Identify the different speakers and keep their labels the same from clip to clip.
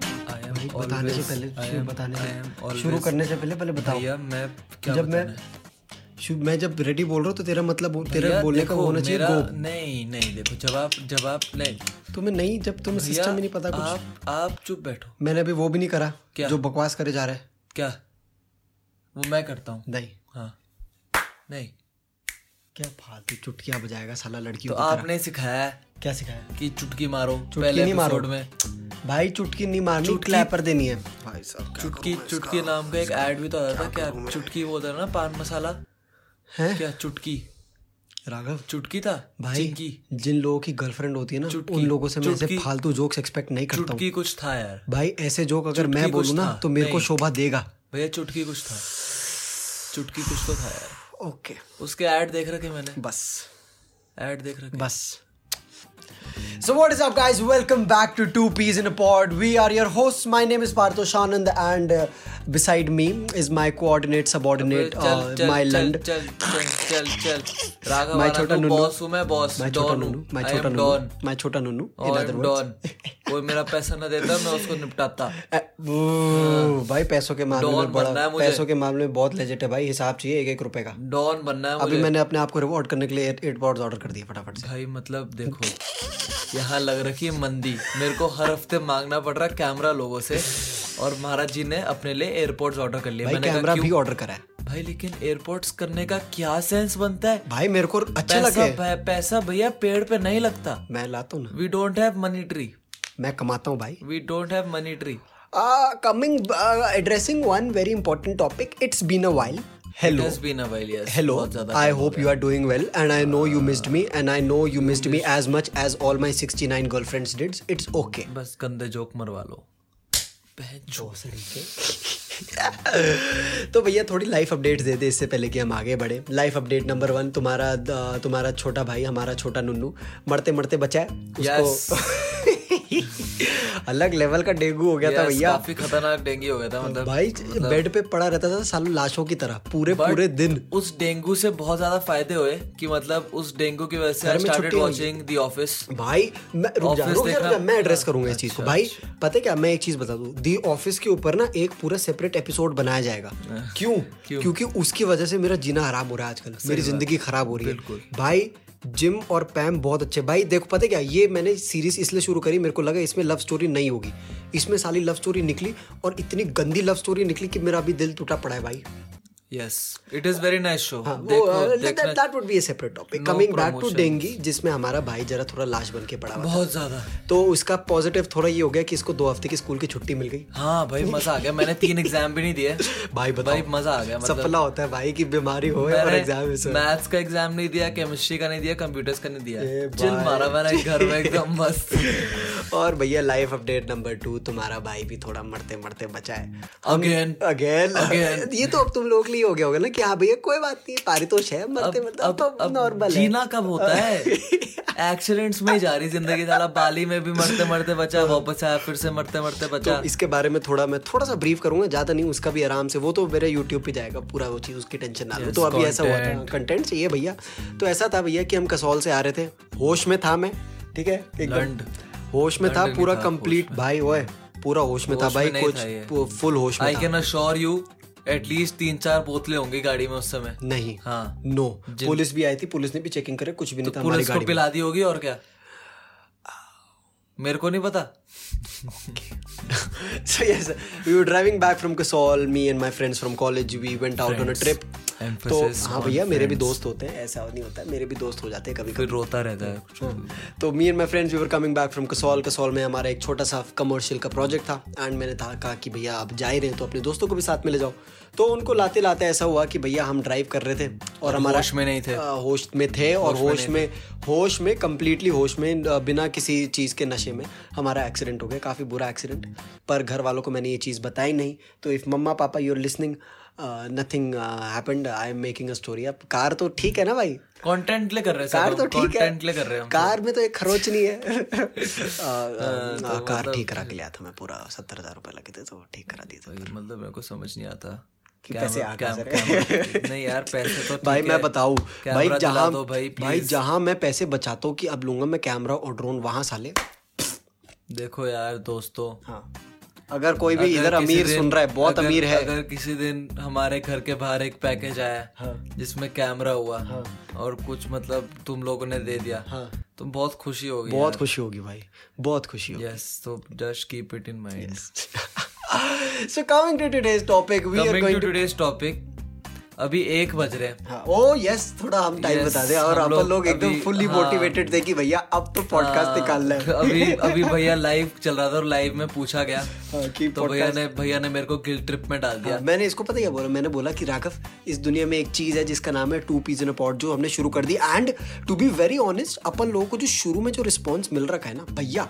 Speaker 1: भाई बताने से पहले शुरू बताने से शुरू करने से पहले पहले बताओ
Speaker 2: भैया मैं क्या
Speaker 1: जब मैं शुभ मैं जब रेडी बोल रहा हूँ तो तेरा मतलब तेरा बोलने का होना चाहिए
Speaker 2: गो नहीं नहीं देखो जब आप जब आप नहीं
Speaker 1: तुम्हें नहीं जब तुम्हें सिस्टम ही नहीं पता कुछ
Speaker 2: आप आप चुप बैठो
Speaker 1: मैंने अभी वो भी नहीं करा
Speaker 2: क्या?
Speaker 1: जो बकवास करे जा रहा है
Speaker 2: क्या वो मैं करता हूँ
Speaker 1: नहीं
Speaker 2: हाँ नहीं
Speaker 1: क्या फालतू चुटकियां बजाएगा साला लड़की
Speaker 2: तो आपने सिखाया है
Speaker 1: क्या सिखाया
Speaker 2: कि चुटकी मारो
Speaker 1: चुटकी
Speaker 2: पहले
Speaker 1: नहीं मारो।
Speaker 2: एपिसोड में
Speaker 1: हम्म। भाई चुटकी नहीं मारनी क्लैपर देनी है भाई साहब
Speaker 2: चुटकी चुटकी नाम का एक ऐड भी तो आया था क्या चुटकी वो होता है ना पान मसाला
Speaker 1: हैं
Speaker 2: क्या चुटकी
Speaker 1: राघव
Speaker 2: चुटकी था
Speaker 1: भाई
Speaker 2: चिंकी
Speaker 1: जिन लोगों की गर्लफ्रेंड होती है ना
Speaker 2: चुटकी,
Speaker 1: उन लोगों से मैं ऐसे
Speaker 2: चुटकी,
Speaker 1: फालतू जोक्स एक्सपेक्ट नहीं करता हूँ
Speaker 2: चुटकी कुछ था यार
Speaker 1: भाई ऐसे जोक अगर मैं
Speaker 2: चुटकी कुछ
Speaker 1: बोलूँ ना
Speaker 2: था,
Speaker 1: तो मेरे को
Speaker 2: नहीं।
Speaker 1: शोभा देगा
Speaker 2: भैया चुटकी कुछ था चुटकी कुछ तो था यार
Speaker 1: ओके
Speaker 2: उसके ऐड देख रखे मैंने
Speaker 1: बस
Speaker 2: ऐड देख रखे
Speaker 1: बस So what is up guys welcome back to Two Peas in a Pod we are your hosts my name is Partho Shanand and uh, beside me is my coordinate
Speaker 2: चल
Speaker 1: subordinate uh,
Speaker 2: चल
Speaker 1: my
Speaker 2: चल
Speaker 1: लंड
Speaker 2: चल चल चल चल Raghav
Speaker 1: My
Speaker 2: आनंद
Speaker 1: छोटा
Speaker 2: को
Speaker 1: नुन्नू।
Speaker 2: बॉस हूँ मैं बॉस
Speaker 1: my छोटा
Speaker 2: डॉन
Speaker 1: नुनू
Speaker 2: हूँ
Speaker 1: my
Speaker 2: आई
Speaker 1: छोटा
Speaker 2: एम डॉन
Speaker 1: नुनू my छोटा नुनू in
Speaker 2: और
Speaker 1: other
Speaker 2: डॉन
Speaker 1: words
Speaker 2: कोई मेरा पैसा ना देता मैं उसको निपटाता
Speaker 1: अ, वो, भाई पैसों के मामले
Speaker 2: डॉन
Speaker 1: में
Speaker 2: बनना
Speaker 1: बड़ा
Speaker 2: है मुझे।
Speaker 1: पैसों के मामले में बहुत लेजेट है भाई हिसाब चाहिए एक एक रुपए का
Speaker 2: डॉन बनना है
Speaker 1: अभी
Speaker 2: मुझे
Speaker 1: मैंने अपने आप को रिवॉर्ड करने के लिए एयरपॉड्स ऑर्डर कर दिए फटाफट से
Speaker 2: भाई मतलब देखो यहाँ लग रखी है मंदी मेरे को हर हफ्ते मांगना पड़ रहा है कैमरा लोगों से और महाराज जी ने अपने लिए एयरपोर्ट्स ऑर्डर कर लिए
Speaker 1: भाई
Speaker 2: मैंने
Speaker 1: कैमरा
Speaker 2: कहा
Speaker 1: भी
Speaker 2: क्यों
Speaker 1: ऑर्डर करा है
Speaker 2: भाई लेकिन एयरपोर्ट्स करने का क्या सेंस बनता है
Speaker 1: भाई मेरे को अच्छे
Speaker 2: पैसा
Speaker 1: लगे
Speaker 2: पै- पैसा भैया पेड़ पे नहीं लगता
Speaker 1: मैं लाता हूँ ना
Speaker 2: we don't have money tree
Speaker 1: मैं कमाता हूँ भाई
Speaker 2: we don't have money tree
Speaker 1: Uh, coming addressing one very important topic it's been a while hello
Speaker 2: just been awhile
Speaker 1: Hello, I hope you are doing well, and I know you missed me, and I know you missed me as much as all my 69 girlfriends did. It's okay.
Speaker 2: बस गंदे joke मरवा लो भैंचोद।
Speaker 1: तो भैया थोड़ी life update दे दे इससे पहले कि हम आगे बढ़े लाइफ अपडेट नंबर वन तुम्हारा अ, तुम्हारा छोटा भाई हमारा छोटा नुन्नू मरते मरते बचा है उसको अलग लेवल का डेंगू हो गया था
Speaker 2: Yes,
Speaker 1: भैया
Speaker 2: काफी खतरनाक डेंगू हो गया था मतलब
Speaker 1: भाई बेड पे पड़ा रहता था सालों लाशों की तरह पूरे पूरे दिन
Speaker 2: उस डेंगू से बहुत ज्यादा फायदे हुए कि मतलब उस डेंगू की वजह से आई
Speaker 1: में
Speaker 2: स्टार्टेड
Speaker 1: छुट्टी
Speaker 2: वाचिंग द ऑफिस
Speaker 1: भाई मैं रुक जा
Speaker 2: Office
Speaker 1: रुक जा, रुक जा
Speaker 2: देखना- अच्छा,
Speaker 1: मैं एड्रेस करूंगा इस चीज को भाई पता है क्या मैं एक चीज बता दूं दी ऑफिस के ऊपर ना एक पूरा सेपरेट एपिसोड बनाया जाएगा
Speaker 2: हाँ।
Speaker 1: क्यों क्योंकि उसकी वजह से मेरा जीना हराम हो रहा है आजकल मेरी जिंदगी खराब हो रही है भाई जिम और पैम बहुत अच्छे भाई देखो पता है क्या ये मैंने सीरीज इसलिए शुरू करी मेरे को लगा इसमें लव स्टोरी नहीं होगी इसमें साली लव स्टोरी निकली और इतनी गंदी लव स्टोरी निकली कि मेरा अभी दिल टूटा पड़ा है भाई हाँ, uh,
Speaker 2: yes it is very nice show देखो देखना
Speaker 1: that would be a separate topic coming back to dengue जिसमें हमारा भाई जरा थोड़ा लाश बन के पड़ा हुआ था।
Speaker 2: बहुत ज्यादा
Speaker 1: तो उसका पॉजिटिव थोड़ा ये हो गया कि इसको दो हफ्ते की स्कूल की छुट्टी मिल गई
Speaker 2: हाँ भाई मजा आ गया मैंने तीन एग्जाम भी नहीं दिए
Speaker 1: भाई बताओ
Speaker 2: भाई मजा आ गया मतलब
Speaker 1: सफला होता है भाई की बीमारी हो और एग्जाम
Speaker 2: मैंने मैथ्स का एग्जाम नहीं दिया केमिस्ट्री का नहीं दिया कंप्यूटर्स का नहीं
Speaker 1: ए
Speaker 2: दिया चिल मारा मैंने घर में एकदम मस्त
Speaker 1: और भैया लाइफ अपडेट नंबर टू तुम्हारा भाई भी थोड़ा मरते मरते बचा है
Speaker 2: Again.
Speaker 1: Again
Speaker 2: Again.
Speaker 1: ये तो अब तुम लोग के लिए हो गया होगा ना कि हाँ भैया कोई बात नहीं पारितोष है मरते मरते अब तो नॉर्मल है
Speaker 2: जीना कब होता है एक्सीडेंट्स में ही जा रही जिंदगी साला बाली में भी मरते मरते बचा वापस आया फिर से मरते मरते बचा
Speaker 1: तो इसके बारे में थोड़ा मैं थोड़ा सा ब्रीफ करूंगा ज्यादा नहीं उसका भी आराम से वो तो मेरे यूट्यूब पे जाएगा पूरा वो चीज उसकी टेंशन ना लो तो अभी ऐसा हुआ था कंटेंट चाहिए भैया तो ऐसा था भैया कि हम कसौल से आ रहे थे होश में था मैं ठीक है
Speaker 2: लंड।
Speaker 1: एकदम होश में था पूरा कंप्लीट भाई ओए पूरा होश में था
Speaker 2: होश
Speaker 1: भाई
Speaker 2: में नहीं था ये।
Speaker 1: कुछ फुल होश में
Speaker 2: I can assure you at least तीन चार बोतलें होंगी गाड़ी में उस समय
Speaker 1: नहीं
Speaker 2: हाँ
Speaker 1: नो पुलिस भी आई थी पुलिस ने भी चेकिंग करे कुछ भी नहीं था तो हमारी
Speaker 2: तो पुलिस को
Speaker 1: गाड़ी में।
Speaker 2: पिला दी होगी और क्या मेरे को नहीं पता
Speaker 1: so yes we were driving back from Kasol me and my friends from college we went out on a trip तो
Speaker 2: Emphasis
Speaker 1: हाँ भैया मेरे भी दोस्त होते हैं ऐसा नहीं होता है मेरे भी दोस्त हो जाते हैं कभी
Speaker 2: फिर रोता रहता है कुछ
Speaker 1: तो me and my friends we were coming back from Kasol Kasol में हमारा एक छोटा सा कमर्शियल का प्रोजेक्ट था एंड मैंने था कहा कि भैया आप जा ही रहे हैं तो अपने दोस्तों को भी साथ में ले जाओ तो उनको लाते लाते ऐसा हुआ कि भैया हम ड्राइव कर रहे थे और हमारा
Speaker 2: होश में नहीं थे।
Speaker 1: अ, होश में थे और होश में होश में कम्प्लीटली होश में अ, बिना किसी चीज़ के नशे में हमारा एक्सीडेंट हो गया काफ़ी बुरा एक्सीडेंट पर घर वालों को मैंने ये चीज़ बताई नहीं तो if mamma papa you're listening nothing happened I am making a story अब कार तो ठीक है ना भाई
Speaker 2: कंटेंट ले कर रहे
Speaker 1: कार
Speaker 2: हैं
Speaker 1: तो ठीक है
Speaker 2: कंटेंट ले कर रहे हैं हम।
Speaker 1: कार में तो एक खरोच नहीं है
Speaker 2: हाँ,
Speaker 1: आ,
Speaker 2: तो
Speaker 1: आ, आ,
Speaker 2: मतलब
Speaker 1: कार ठीक करा के लिया था मैं पूरा सत्तर हजार रुपए लगे थे तो ठीक करा दिए थे
Speaker 2: भाई, मतलब मेरे को समझ नहीं आता
Speaker 1: कि
Speaker 2: कैमरा-
Speaker 1: पैसे आ कहाँ से
Speaker 2: कैम-
Speaker 1: रहे?
Speaker 2: कैमरा- मतलब? नहीं यार पैसे तो ठीक
Speaker 1: भाई
Speaker 2: है।
Speaker 1: मैं बताऊं भाई
Speaker 2: कैमरा दिला
Speaker 1: जहाँ
Speaker 2: दो
Speaker 1: भाई,
Speaker 2: भाई
Speaker 1: जहाँ मैं पैसे बचाता हूँ कि अब लूंगा मैं कैमरा और ड्रोन वहां साले
Speaker 2: देखो यार दोस्तों
Speaker 1: हाँ अगर कोई भी इधर अमीर सुन रहा है बहुत
Speaker 2: अगर-
Speaker 1: अमीर है
Speaker 2: अगर किसी दिन हमारे घर के बाहर एक पैकेज आया
Speaker 1: हाँ।
Speaker 2: जिसमें कैमरा हुआ और कुछ मतलब तुम लोगों ने दे दिया तो बहुत खुशी होगी
Speaker 1: हाँ। बहुत खुशी होगी भाई बहुत खुशी होगी
Speaker 2: यस तो just keep it in mind
Speaker 1: so coming to today's topic we are
Speaker 2: coming to
Speaker 1: going
Speaker 2: today's topic अभी एक बज रहे हैं
Speaker 1: हाँ, ओ यस थोड़ा हम टाइम
Speaker 2: Yes,
Speaker 1: बता दें और
Speaker 2: हम
Speaker 1: आप
Speaker 2: लोग
Speaker 1: लोग एकदम
Speaker 2: अभी-
Speaker 1: फुल्ली
Speaker 2: हाँ।
Speaker 1: मोटिवेटेड थे कि भैया अब तो पॉडकास्ट
Speaker 2: हाँ,
Speaker 1: निकालना है
Speaker 2: अभी अभी भैया लाइव चल रहा था और लाइव में पूछा गया
Speaker 1: हाँ, कि
Speaker 2: तो भैया ने भैया ने मेरे को गिल ट्रिप में डाल दिया
Speaker 1: हाँ, मैंने इसको पता क्या बोला मैंने बोला कि राघव इस दुनिया में एक चीज है जिसका नाम है two peas in a pot जो हमने शुरू कर दी and to be very honest अपन लोगों को जो शुरू में जो रिस्पॉन्स मिल रखा है ना भैया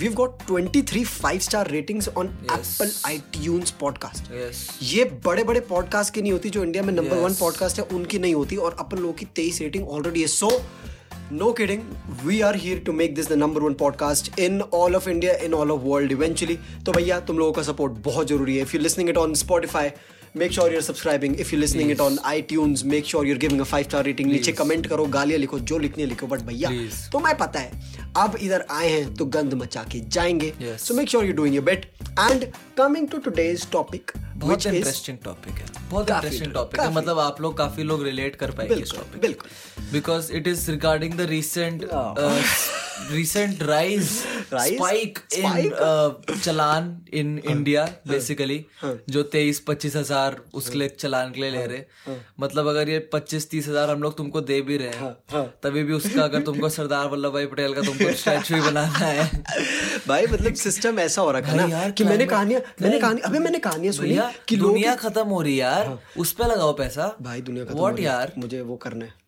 Speaker 1: we got twenty three five star ratings on Apple I podcast
Speaker 2: yes
Speaker 1: ये बड़े बड़े पॉडकास्ट की नहीं होती जो इंडिया में नंबर वन
Speaker 2: Yes.
Speaker 1: पॉडकास्ट है उनकी नहीं होती और अपन लोगों की तेईस रेटिंग ऑलरेडी है so no kidding we are here to make this the number one podcast in all of India in all of world eventually तो भैया तुम लोगों का सपोर्ट बहुत जरूरी है if you listening it on Spotify make sure you're subscribing if you listening it on iTunes make sure you're giving a five star rating नीचे comment करो गालियाँ लिखो जो लिखनी है लिखो बट भैया
Speaker 2: Please.
Speaker 1: तुम्हें पता है अब इधर आए हैं तो गंद मचा के जाएंगे
Speaker 2: Yes.
Speaker 1: So make sure you doing your bit and coming to today's topic
Speaker 2: बहुत इंटरेस्टिंग टॉपिक है बहुत
Speaker 1: काफी
Speaker 2: इंटरेस्टिंग
Speaker 1: लोग-
Speaker 2: टॉपिक है
Speaker 1: काफी।
Speaker 2: मतलब आप लोग काफी लोग रिलेट कर पाएंगे इस
Speaker 1: बिल्कुल
Speaker 2: टॉपिक
Speaker 1: बिल्कुल
Speaker 2: because it is regarding the recent recent rise
Speaker 1: Rise?
Speaker 2: Spike
Speaker 1: Spike?
Speaker 2: In challan in India basically जो तेईस पच्चीस हजार उसके लिए चलान के लिए ले रहे मतलब अगर ये पच्चीस तीस हजार हम लोग तुमको दे भी रहे हैं तभी भी उसका अगर तुमको सरदार वल्लभ भाई पटेल का तुमको स्टैचू बनाना है
Speaker 1: भाई मतलब सिस्टम ऐसा हो रखा है
Speaker 2: भाई
Speaker 1: ना
Speaker 2: यार,
Speaker 1: कि मैंने
Speaker 2: climate-
Speaker 1: कहानियां मैंने कहानी अबे मैंने कहानियां सुनी
Speaker 2: भैया
Speaker 1: कि लोग हाँ।
Speaker 2: दुनिया खत्म हो रही है यार उस पे लगाओ पैसा
Speaker 1: भाई दुनिया खत्म हो
Speaker 2: व्हाट
Speaker 1: रही है।
Speaker 2: यार
Speaker 1: मुझे वो करना है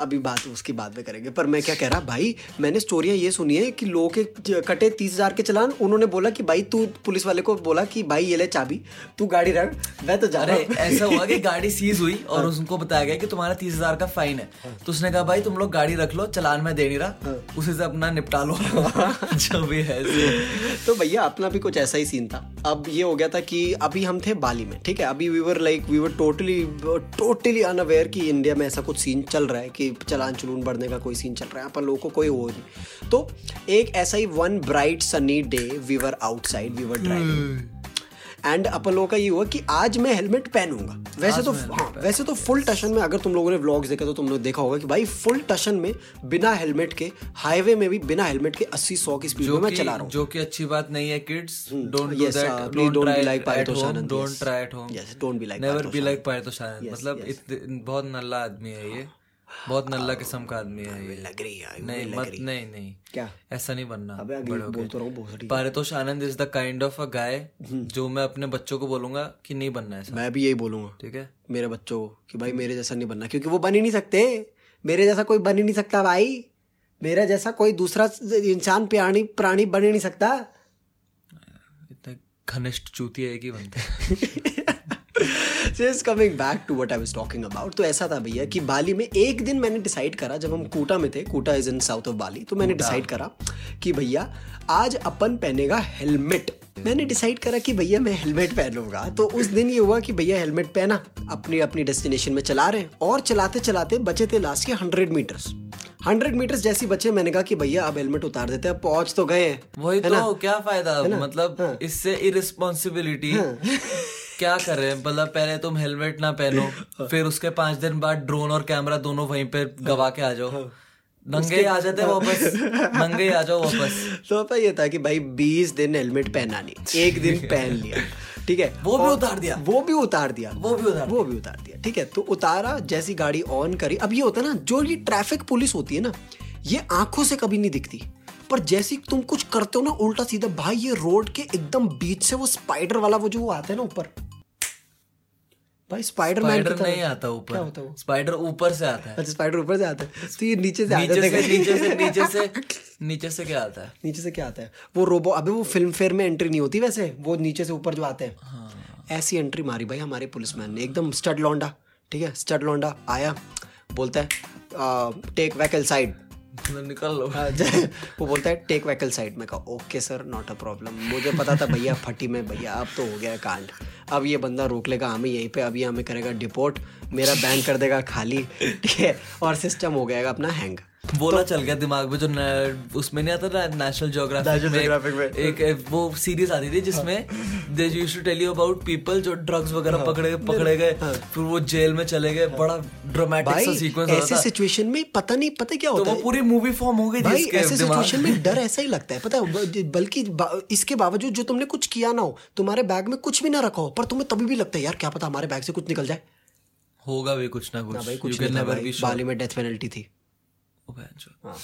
Speaker 1: अभी बात उसकी बाद में करेंगे पर मैं क्या कह रहा भाई मैंने स्टोरियां ये सुनी है कि लोगों के ज- कटे तीस हजार के चलान उन्होंने बोला कि भाई तू पुलिस वाले को बोला कि भाई ये ले चाबी तू गाड़ी रख मैं तो जा
Speaker 2: अरे
Speaker 1: रहा हूँ
Speaker 2: ऐसा हुआ कि गाड़ी सीज हुई
Speaker 1: हाँ।
Speaker 2: और उनको बताया गया कि तुम्हारा तीस हजार का फाइन है तो उसने कहा भाई तुम लोग गाड़ी रख लो चलान में दे नहीं रहा
Speaker 1: हाँ।
Speaker 2: उसे से अपना निपटा लो जो भी है सो।
Speaker 1: तो भैया अपना भी कुछ ऐसा ही सीन था अब ये हो गया था कि अभी हम थे बाली में ठीक है अभी we were like we were totally totally unaware कि इंडिया में ऐसा कुछ सीन चल रहा है कि चलान चुलून बढ़ने का कोई सीन चल रहा है अपन लोगों को कोई वो नहीं तो एक ऐसा ही one bright sunny day we were outside we were driving
Speaker 2: Hmm.
Speaker 1: And अपन लोगों का ये हुआ कि आज मैं हेलमेट पहनूंगा वैसे तो हाँ, वैसे तो फुल टशन में अगर तुम लोगों ने व्लॉग्स देखे तो तुमने देखा होगा कि भाई फुल टशन में बिना हेलमेट के हाईवे में भी बिना हेलमेट के 80 100 की स्पीड में
Speaker 2: जो
Speaker 1: मैं
Speaker 2: कि-
Speaker 1: चला रहा हूँ
Speaker 2: जो कि अच्छी बात नहीं है kids don't do
Speaker 1: Yes, uh,
Speaker 2: that
Speaker 1: please
Speaker 2: don't
Speaker 1: don't
Speaker 2: try
Speaker 1: be like
Speaker 2: like
Speaker 1: Paritosh Anand,
Speaker 2: don't
Speaker 1: yes.
Speaker 2: Try at home
Speaker 1: Yes, don't be like
Speaker 2: never
Speaker 1: Paritosh
Speaker 2: be like
Speaker 1: Yes,
Speaker 2: मतलब
Speaker 1: yes. हाँ,
Speaker 2: इतने- बहुत नल्ला आदमी है ये बहुत नल्ला किस्म का आदमी है ये
Speaker 1: लग हाँ, रही है
Speaker 2: नहीं मत नहीं नहीं
Speaker 1: क्या?
Speaker 2: ऐसा नहीं बनना
Speaker 1: अबे अगली
Speaker 2: बड़े होके।
Speaker 1: बोल तो रहा हूँ, बहुत सारी।
Speaker 2: Paritosh Anand is the kind of a guy जो मैं अपने बच्चों को बोलूंगा कि नहीं बनना ऐसा
Speaker 1: मैं भी यही बोलूंगा
Speaker 2: ठीक है
Speaker 1: मेरे बच्चों को कि भाई मेरे जैसा नहीं बनना क्योंकि वो बन ही नहीं सकते मेरे जैसा कोई बन ही नहीं सकता भाई मेरा जैसा कोई दूसरा इंसान प्राणी प्राणी बन ही नहीं सकता
Speaker 2: इतना घनिष्ठ चूती है कि बनता है
Speaker 1: just coming back to what I was talking about तो ऐसा था भैया कि बाली में एक दिन मैंने डिसाइड करा जब हम कोटा में थे Kuta is in south of Bali तो मैंने डिसाइड करा कि भैया आज अपन पहनेगा हेलमेट मैंने डिसाइड करा कि भैया मैं हेलमेट पहनूंगा तो उस दिन ये हुआ कि भैया हेलमेट पहना अपनी अपनी डेस्टिनेशन में चला रहे हैं और चलाते चलाते बचे थे लास्ट के हंड्रेड मीटर्स हंड्रेड मीटर्स जैसे ही बचे मैंने कहा कि भैया अब हेलमेट उतार देते हैं पहुंच तो गए हैं
Speaker 2: वही तो क्या फायदा मतलब इससे इरिस्पॉन्सिबिलिटी क्या कर रहे हैं मतलब पहले तुम हेलमेट ना पहनो फिर उसके पांच दिन बाद ड्रोन और कैमरा दोनों वहीं पे गवा के आ जाओ नंगे ही आ जाते हैं वापस नंगे ही आ जाओ वापस
Speaker 1: तो पर ये था कि भाई बीस दिन हेलमेट पहना नहीं एक दिन पहन लिया ठीक है
Speaker 2: वो भी
Speaker 1: और-
Speaker 2: उतार दिया।
Speaker 1: वो भी उतार दिया
Speaker 2: वो भी उतार
Speaker 1: वो भी उतार दिया ठीक है तो उतारा जैसी गाड़ी ऑन करी अब ये होता है ना जो ये ट्रैफिक पुलिस होती है ना ये आंखों से कभी नहीं दिखती पर जैसे ही तुम कुछ करते हो ना उल्टा सीधा भाई ये रोड के एकदम बीच से वो स्पाइडर वाला वो जो वो आता है ना ऊपर भाई स्पाइडर
Speaker 2: स्पाइडर नहीं आता ऊपर स्पाइडर ऊपर से आता है
Speaker 1: अच्छा स्पाइडर ऊपर से आता है तो ये नीचे से आ
Speaker 2: नीचे
Speaker 1: जाते
Speaker 2: से
Speaker 1: हैं।
Speaker 2: नीचे से नीचे से नीचे से क्या आता है
Speaker 1: नीचे से क्या आता है वो रोबो अबे वो फिल्म फेयर में एंट्री नहीं होती वैसे वो नीचे से ऊपर जो आते हैं
Speaker 2: हाँ।
Speaker 1: ऐसी एंट्री मारी भाई हमारे पुलिसमैन ने एकदम स्टड लौंडा ठीक है स्टड लौंडा आया बोलता है टेक वैकल साइड
Speaker 2: मतलब निकल लो
Speaker 1: वो बोलता है टेक वैकल साइड में कहा okay sir not a problem मुझे पता था भैया फटी में भैया अब तो हो गया है कांड अब ये बंदा रोक लेगा हमें यहीं पे अभी हमें करेगा डिपोर्ट मेरा बैन कर देगा खाली ठीक है और सिस्टम हो गएगा अपना हैंग
Speaker 2: बोला चल गया दिमाग में जो उसमें नहीं आता ना नेशनल जोग्राफिक में एक वो सीरीज आती थी जिसमें
Speaker 1: हाँ।
Speaker 2: They used to tell you about people जो ड्रग्स वगैरह पकड़े पकड़े गए फिर वो जेल में चले गए बड़ा ड्रामेटिक सा सीक्वेंस
Speaker 1: ऐसी सिचुएशन में पता नहीं पता क्या होता
Speaker 2: है तो पूरी मूवी फॉर्म हो गई
Speaker 1: भाई ऐसे सिचुएशन में डर ऐसा ही लगता है पता है बल्कि इसके बावजूद जो तुमने कुछ किया ना हो तुम्हारे बैग में कुछ भी ना रखा हो पर तुम्हें तभी भी लगता है यार क्या पता हमारे बैग से कुछ निकल जाए
Speaker 2: होगा भी कुछ ना कुछ ना
Speaker 1: भाई कुछ नहीं था भाई बाली में डेथ पेनल्टी थी हाँ।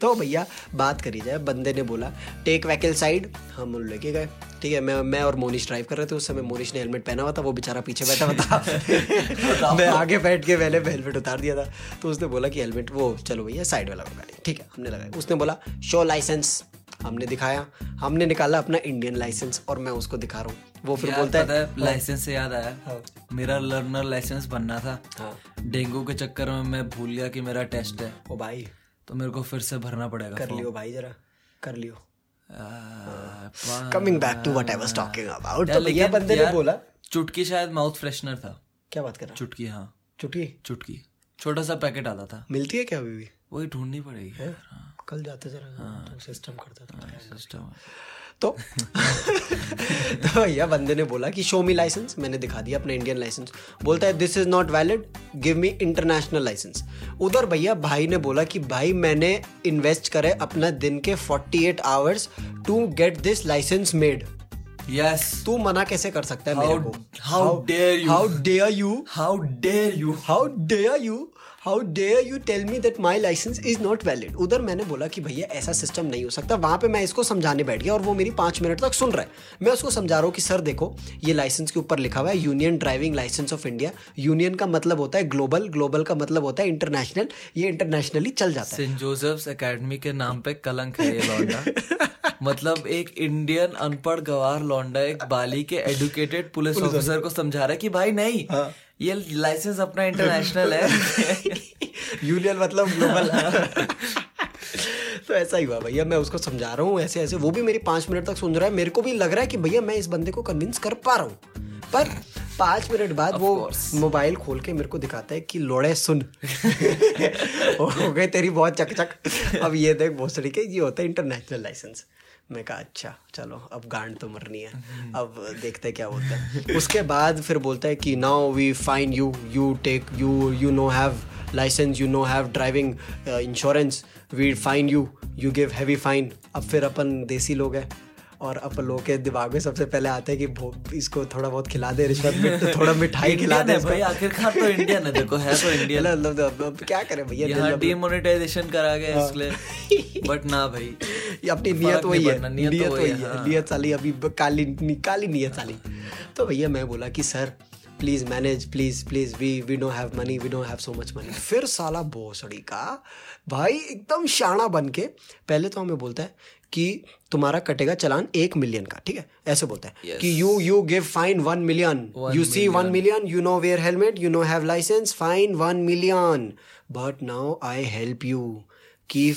Speaker 1: तो भैया बात करी जाए बंदे ने बोला टेक वैकल साइड हम लेके गए ठीक है मैं मैं और मोनिश ड्राइव कर रहे थे उस समय मोनिश ने हेलमेट पहना हुआ था वो बेचारा पीछे बैठा हुआ था मैं आगे बैठ के पहले हेलमेट उतार दिया था तो उसने बोला कि हेलमेट वो चलो भैया साइड वाला गाड़ी ठीक है हमने लगाया उसने बोला शो लाइसेंस हमने दिखाया हमने निकाला अपना इंडियन लाइसेंस और मैं उसको दिखा रहा हूँ वो फिर बोलता है हाँ।
Speaker 2: लाइसेंस से याद आया हाँ। मेरा लर्नर लाइसेंस बनना था हाँ। डेंगू के चक्कर में मैं भूल गया कि मेरा टेस्ट है
Speaker 1: ओ भाई
Speaker 2: तो मेरे को फिर से भरना पड़ेगा
Speaker 1: कर लियो भाई जरा कर लियो coming back to what I was talking about तो भैया बंदे ने बोला
Speaker 2: चुटकी शायद माउथ फ्रेशनर था
Speaker 1: क्या बात कर रहा
Speaker 2: चुटकी हाँ
Speaker 1: चुटकी
Speaker 2: चुटकी छोटा सा पैकेट आता था
Speaker 1: मिलती है क्या अभी भी
Speaker 2: वही ढूंढनी पड़ेगी हाँ,
Speaker 1: कल जाते जरा सिस्टम करता था
Speaker 2: सिस्टम
Speaker 1: तो तो भैया बंदे ने बोला कि शो मी लाइसेंस मैंने दिखा दिया अपना इंडियन लाइसेंस बोलता है this is not valid give me international licence उधर भैया भाई ने बोला कि भाई मैंने इन्वेस्ट करे अपना दिन के 48 hours to get this licence made
Speaker 2: yes
Speaker 1: तू मना कैसे कर सकता है मेरे को
Speaker 2: how dare you
Speaker 1: how dare you
Speaker 2: how dare you
Speaker 1: how dare you how dare you tell me that my licence is not valid उधर मैंने बोला कि भैया ऐसा सिस्टम नहीं हो सकता वहाँ पे मैं इसको समझाने बैठ गया और वो मेरी पाँच मिनट तक सुन रहा है मैं उसको समझा रहा हूँ कि सर देखो ये लाइसेंस के ऊपर लिखा हुआ है union driving licence of India union का मतलब होता है ग्लोबल ग्लोबल का मतलब होता है इंटरनेशनल ये इंटरनेशनली चल जाता
Speaker 2: है सेंट जोसेफ्स अकेडमी के नाम पे कलंक है ये लौंडा मतलब एक इंडियन अनपढ़ गवार लौंडा एक बाली के एडुकेटेड पुलिस ऑफिसर को समझा रहा है कि भाई नहीं हाँ। ये लाइसेंस अपना इंटरनेशनल है
Speaker 1: यूनियन मतलब ग्लोबल तो ऐसा ही हुआ भैया मैं उसको समझा रहा हूँ ऐसे ऐसे वो भी मेरी पाँच मिनट तक सुन रहा है मेरे को भी लग रहा है कि भैया मैं इस बंदे को कन्विंस कर पा रहा हूँ पर पाँच मिनट बाद वो मोबाइल खोल के मेरे को दिखाता है कि लोड़े सुन हो गए तेरी बहुत चकचक अब ये देख भोसड़ी के ये होता है इंटरनेशनल लाइसेंस मैं कहा अच्छा चलो अब गांड तो मरनी है अब देखते क्या होता है उसके बाद फिर बोलता है कि now we fine you you take you you no have licence you no have driving insurance we fine you you give heavy fine अब फिर अपन देसी लोग हैं और अब लोग के दिमाग में सबसे पहले आता है कि इसको थोड़ा बहुत खिला दे रिश्वत में तो थोड़ा मिठाई खिला दे
Speaker 2: भाई आखिरकार तो इंडियन है देखो है तो इंडियन
Speaker 1: मतलब अब क्या करें भैया
Speaker 2: यहाँ डीमोनेटाइजेशन करा गया इसलिए बट ना भाई
Speaker 1: अपनी नियत वही है नियत तो वही है हाँ। नियत साली अभी काली काली नियत साली तो भैया मैं बोला कि sir please manage please please we we don't have money we don't have so much money फिर साला भोसड़ी का भाई एकदम शाना बन के पहले तो हमें बोलता है कि तुम्हारा कटेगा चलान एक मिलियन का ठीक है ऐसे बोलता है yes. कि you you give fine one million you see one million you no wear helmet you no have licence fine one million but now I help you keep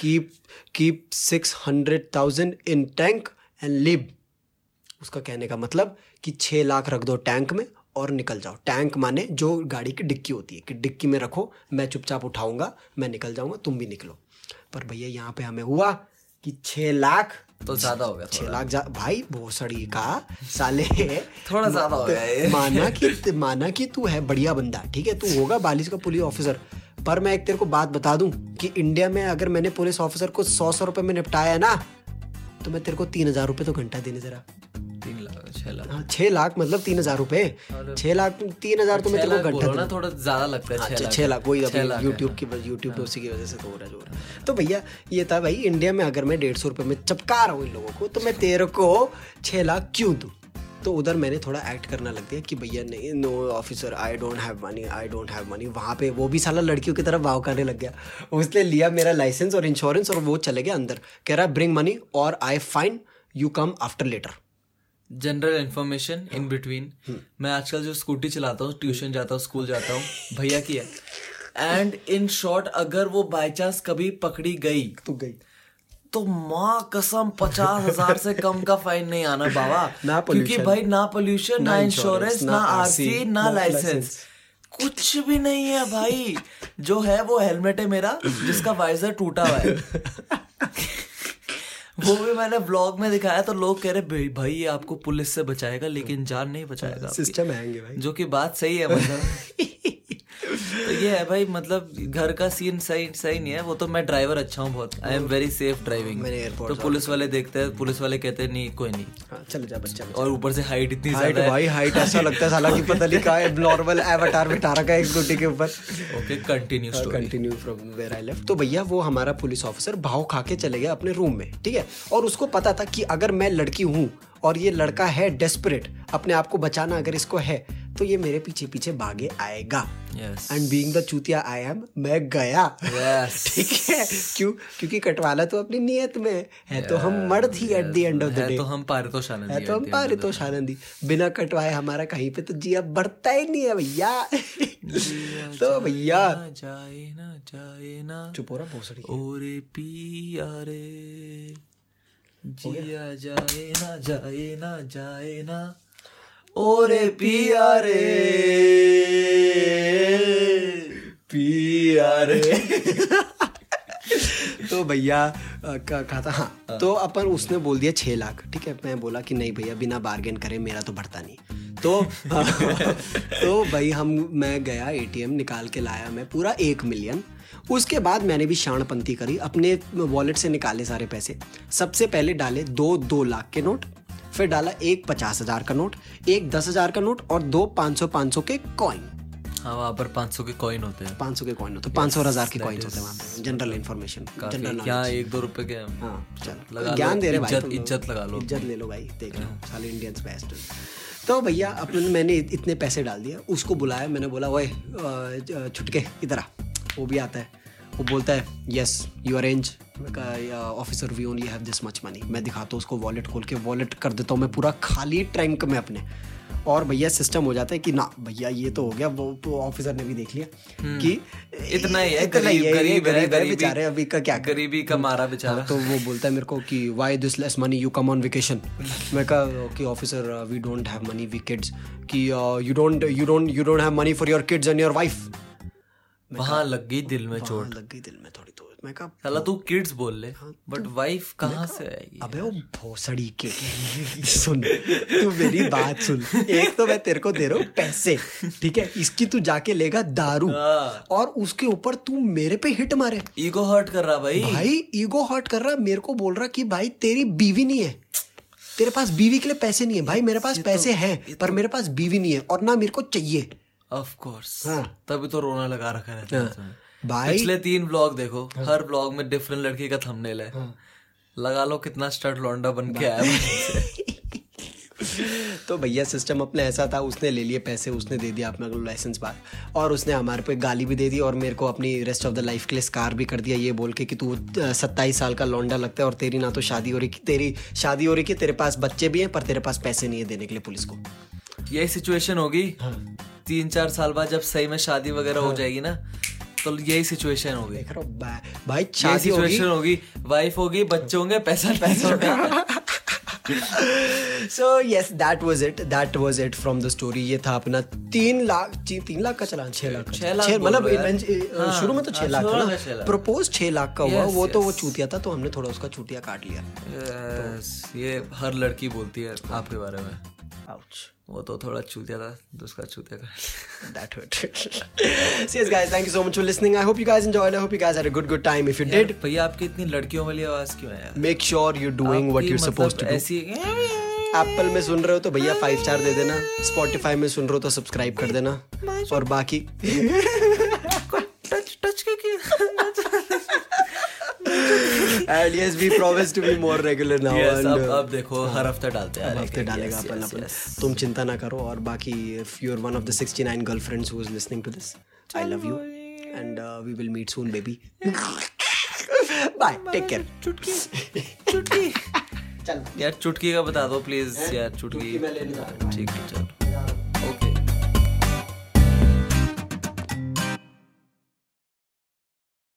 Speaker 1: keep keep six hundred thousand in tank and leave उसका कहने का मतलब कि छः लाख रख दो tank में और निकल जाओ टैंक माने जो गाड़ी की डिक्की होती है कि डिक्की में रखो मैं चुपचाप उठाऊंगा मैं निकल जाऊंगा तुम भी निकलो पर भैया यहाँ पे हमें हुआ कि छः लाख
Speaker 2: तो ज्यादा हो गया
Speaker 1: छह लाख भाई भोसड़ी का साले अच्छा।
Speaker 2: थोड़ा ज्यादा हो गया
Speaker 1: तो माना कि माना कि तू है बढ़िया बंदा ठीक है तू होगा बालिश का पुलिस ऑफिसर पर मैं एक तेरे को बात बता दूं कि इंडिया में अगर मैंने पुलिस ऑफिसर को सौ सौ रुपए में निपटाया है ना तो मैं तेरे को तीन हजार रुपये तो घंटा देने जरा
Speaker 2: तीन लाख छह लाख
Speaker 1: हाँ छह लाख मतलब तीन हजार रुपए छह लाख तीन हजार तो मैं तेरे को घंटा
Speaker 2: थोड़ा ज्यादा लगता है
Speaker 1: छह लाख वही यूट्यूब की यूट्यूब पे उसी की वजह से तो हो रहा जो रहा तो भैया ये था भाई इंडिया में अगर मैं डेढ़ सौ रुपये में चपका रहा हूँ इन लोगों को तो मैं तेरे को छह लाख क्यों दूँ तो उधर मैंने थोड़ा एक्ट करना लग दिया कि भैया नहीं no officer I don't have money I don't have money वहाँ पे वो भी साला लड़कियों की तरफ भाव करने लग गया उसने लिया मेरा लाइसेंस और इंश्योरेंस और वो चले गया अंदर कह रहा ब्रिंग मनी और I fine you come after later
Speaker 2: general information in between मैं आजकल जो स्कूटी चलाता हूँ ट्यूशन जाता हूँ स्कूल जाता हूँ भैया की है एंड इन शॉर्ट अगर वो बाई चांस कभी पकड़ी गई
Speaker 1: तो गई
Speaker 2: तो माँ कसम पचास हजार से कम का फाइन नहीं आना बाबा ना क्योंकि भाई ना पोल्यूशन ना इंश्योरेंस ना आरसी ना, ना, ना लाइसेंस कुछ भी नहीं है भाई जो है वो हेलमेट है मेरा जिसका वाइजर टूटा हुआ है वो भी मैंने ब्लॉग में दिखाया तो लोग कह रहे भाई ये आपको पुलिस से बचाएगा लेकिन जान नहीं बचाएगा
Speaker 1: सिस्टम आएंगे भाई
Speaker 2: जो कि बात सही है मतलब तो ये है भाई मतलब घर का सीन सही सही नहीं है वो तो मैं ड्राइवर अच्छा हूँ बहुत I am very safe driving
Speaker 1: मैंने एयरपोर्ट
Speaker 2: तो पुलिस वाले देखते हैं पुलिस वाले कहते हैं नहीं कोई नहीं
Speaker 1: हाँ, चल जा बच्चा बच्चा।
Speaker 2: और ऊपर से हाइट इतनी
Speaker 1: हाइट
Speaker 2: ज्यादा
Speaker 1: भाई
Speaker 2: है
Speaker 1: हाइट ऐसा लगता है साला कि पता नहीं कहाँ है नॉर्मल एवटार विटारा का एक स्कूटी के ऊपर
Speaker 2: okay continue story
Speaker 1: continue from where I left तो भैया वो हमारा पुलिस ऑफिसर भाव खा के चले गया अपने रूम में ठीक है और उसको पता था कि अगर मैं लड़की हूँ और ये लड़का है डेस्परेट अपने आप को बचाना अगर इसको है तो ये मेरे पीछे पीछे भागे आएगा
Speaker 2: यस
Speaker 1: एंड बीइंग द चूतिया आई एम मैं गया
Speaker 2: Yes.
Speaker 1: ठीक है क्यों क्योंकि कटवाला तो अपनी नियत में है है तो हम मर्द ही at the end of the
Speaker 2: है
Speaker 1: डे
Speaker 2: तो हम पारितोष आनंद
Speaker 1: है तो हम पारितोष आनंदी बिना कटवाए हमारा कहीं पे तो जिया बढ़ता ही नहीं है भैया तो भैया
Speaker 2: जाए ना जाए ना
Speaker 1: चुप हो रहा भोसड़ी
Speaker 2: ओरे पिया रे जिया जाए ना जाए ना जाए ना ओरे पिया रे
Speaker 1: पिया रे तो भैया अ, का कहा था हाँ तो अपन उसने बोल दिया छः लाख ठीक है मैं बोला कि नहीं भैया बिना बार्गेन करे मेरा तो बढ़ता नहीं तो तो भाई हम मैं गया एटीएम निकाल के लाया मैं पूरा एक मिलियन उसके बाद मैंने भी शाणपंथी करी अपने वॉलेट से निकाले सारे पैसे सबसे पहले डाले दो दो लाख के नोट फिर डाला एक पचास हजार का नोट एक दस हजार का नोट और दो पाँच सौ पाँच सौ के कॉइन
Speaker 2: हाँ वहाँ पर 500 के कॉइन होते हैं
Speaker 1: पाँच सौ के कॉइन होते पाँच सौ हजार के कॉइन्स होते हैं वहाँ पे जनरल इन्फॉर्मेशन
Speaker 2: काफी
Speaker 1: जनरल
Speaker 2: यहाँ एक दो रुपए के हैं।
Speaker 1: हाँ चल
Speaker 2: लगा
Speaker 1: ज्ञान
Speaker 2: लो,
Speaker 1: दे रहे भाई
Speaker 2: इज्जत-
Speaker 1: तुम लोग।
Speaker 2: इज्जत लगा लो।
Speaker 1: इज्जत ले लो भाई देख लो
Speaker 2: हाँ।
Speaker 1: साले इंडियंस बेस्ट तो भैया अपन मैंने इत- इतने पैसे डाल दिया उसको बुलाया मैंने बोला ओए अ, छुटके इधर आ वो भी आता है वो बोलता है yes you arrange officer we only have this much money मैं दिखाता हूँ उसको वॉलेट खोल के वॉलेट कर देता हूँ मैं पूरा खाली ट्रैंक में अपने और भैया सिस्टम हो जाता है कि ना भैया ये तो हो गया वो वो ऑफिसर ने भी देख लिया कि
Speaker 2: हम्म। इतना ही है
Speaker 1: इतना ही
Speaker 2: गरीब
Speaker 1: है, ये
Speaker 2: गरीब है
Speaker 1: गरीब है
Speaker 2: गरीबी-
Speaker 1: बेचारे अभी का क्या करें?
Speaker 2: गरीबी का मारा बेचारा
Speaker 1: हाँ, तो वो बोलता है मेरे को कि why this less money you come on vacation मैं कहा uh, कि officer we don't have money we kids कि uh, you don't you don't you don't have money for your kids and your wife
Speaker 2: वहाँ लग गई दिल में चोट
Speaker 1: लग गई दिल में थोड़ी हाँ, तो हाँ, मैं कहा
Speaker 2: साला तू किड्स बोल ले बट वाइफ कहाँ से आएगी
Speaker 1: अबे वो भोसड़ी के सुन तू मेरी बात सुन एक तो मैं तेरे को दे रहा हूँ पैसे ठीक है इसकी तू जाके लेगा दारू
Speaker 2: हाँ।
Speaker 1: और उसके ऊपर तू मेरे पे हिट मारे
Speaker 2: ईगो हर्ट कर रहा भाई
Speaker 1: भाई ईगो हर्ट कर रहा मेरे को बोल रहा कि भाई तेरी बीवी नहीं है तेरे पास बीवी के लिए पैसे नहीं है भाई मेरे पास पैसे हैं पर मेरे पास बीवी नहीं है और ना मेरे को चाहिए
Speaker 2: ऑफ कोर्स
Speaker 1: हाँ।
Speaker 2: तभी तो रोना लगा रखा रहता है उसमें।
Speaker 1: भाई
Speaker 2: पिछले तीन ब्लॉग देखो
Speaker 1: हाँ।
Speaker 2: हर ब्लॉग में डिफरेंट लड़की का थंबनेल है लगा लो कितना स्टड लौंडा बन
Speaker 1: हाँ।
Speaker 2: के आया भाई।
Speaker 1: तो भैया सिस्टम अपना ऐसा था उसने ले लिए पैसे उसने दे दिया अपना लाइसेंस बार और उसने हमारे पे गाली भी दे दी और मेरे को अपनी रेस्ट ऑफ द लाइफ के लिए स्कार भी कर दिया ये बोल के कि तू सत्ताईस साल का लौंडा लगता है और तेरी ना तो शादी हो रही तेरी शादी हो रही कि तेरे पास बच्चे भी हैं पर तेरे पास पैसे नहीं है देने के लिए पुलिस को
Speaker 2: यही सिचुएशन होगी
Speaker 1: हाँ।
Speaker 2: तीन चार साल बाद जब सही में शादी वगैरह हो जाएगी ना तो यही सिचुएशन होगी
Speaker 1: देख रहा हूँ, बा- भाई
Speaker 2: यही
Speaker 1: शादी होगी
Speaker 2: सिचुएशन होगी वाइफ होगी बच्चे होंगे पैसा पैसा होगा
Speaker 1: so yes that was it that was it from the story ये था अपना तीन लाख ची- तीन लाख का चलान छह लाख का
Speaker 2: छह
Speaker 1: चलान।
Speaker 2: लाख
Speaker 1: छह-
Speaker 2: बोल
Speaker 1: मतलब
Speaker 2: रहे हो यार।
Speaker 1: इवेंज- अ,
Speaker 2: हाँ,
Speaker 1: शुरू में तो छह
Speaker 2: हाँ,
Speaker 1: लाख
Speaker 2: शुरू
Speaker 1: था
Speaker 2: में छह
Speaker 1: ना
Speaker 2: लाख।
Speaker 1: प्रपोज छह लाख का हुआ
Speaker 2: Yes,
Speaker 1: वो तो
Speaker 2: yes.
Speaker 1: वो चूतिया था तो हमने थोड़ा उसका चूतिया काट लिया
Speaker 2: Yes, ये हर लड़की बोलती है आपके बारे में
Speaker 1: ouch
Speaker 2: वो तो थोड़ा चूतिया था दूसरा चूतिया का
Speaker 1: that hurt so yes guys thank you so much for listening i hope you guys enjoyed i hope you guys had a good good time if you did
Speaker 2: भैया आपकी इतनी लड़कियों वाली आवाज क्यों है यार
Speaker 1: make sure you're doing what
Speaker 2: आपकी
Speaker 1: you're supposed
Speaker 2: मतलब
Speaker 1: to do
Speaker 2: ऐसी
Speaker 1: एप्पल में सुन रहे हो तो भैया फाइव स्टार दे देना स्पॉटिफाई में सुन रहे हो तो सब्सक्राइब कर देना और बाकी
Speaker 2: टच टच के
Speaker 1: And yes, we promise to be more regular now.
Speaker 2: Yes
Speaker 1: and,
Speaker 2: अब
Speaker 1: uh,
Speaker 2: अब देखो हर हफ्ते डालते हैं
Speaker 1: हर हफ्ते
Speaker 2: Yes,
Speaker 1: डालेगा
Speaker 2: yes,
Speaker 1: अपन
Speaker 2: yes,
Speaker 1: अपन
Speaker 2: yes.
Speaker 1: तुम चिंता ना करो और बाकी if you are one of the 69 girlfriends who is listening to this I love you and we will meet soon baby bye take care
Speaker 2: चुटकी चुटकी
Speaker 1: चल
Speaker 2: यार चुटकी का बता दो प्लीज यार चुटकी
Speaker 1: मैं लेने जा रहा हूँ।
Speaker 2: ठीक है चलो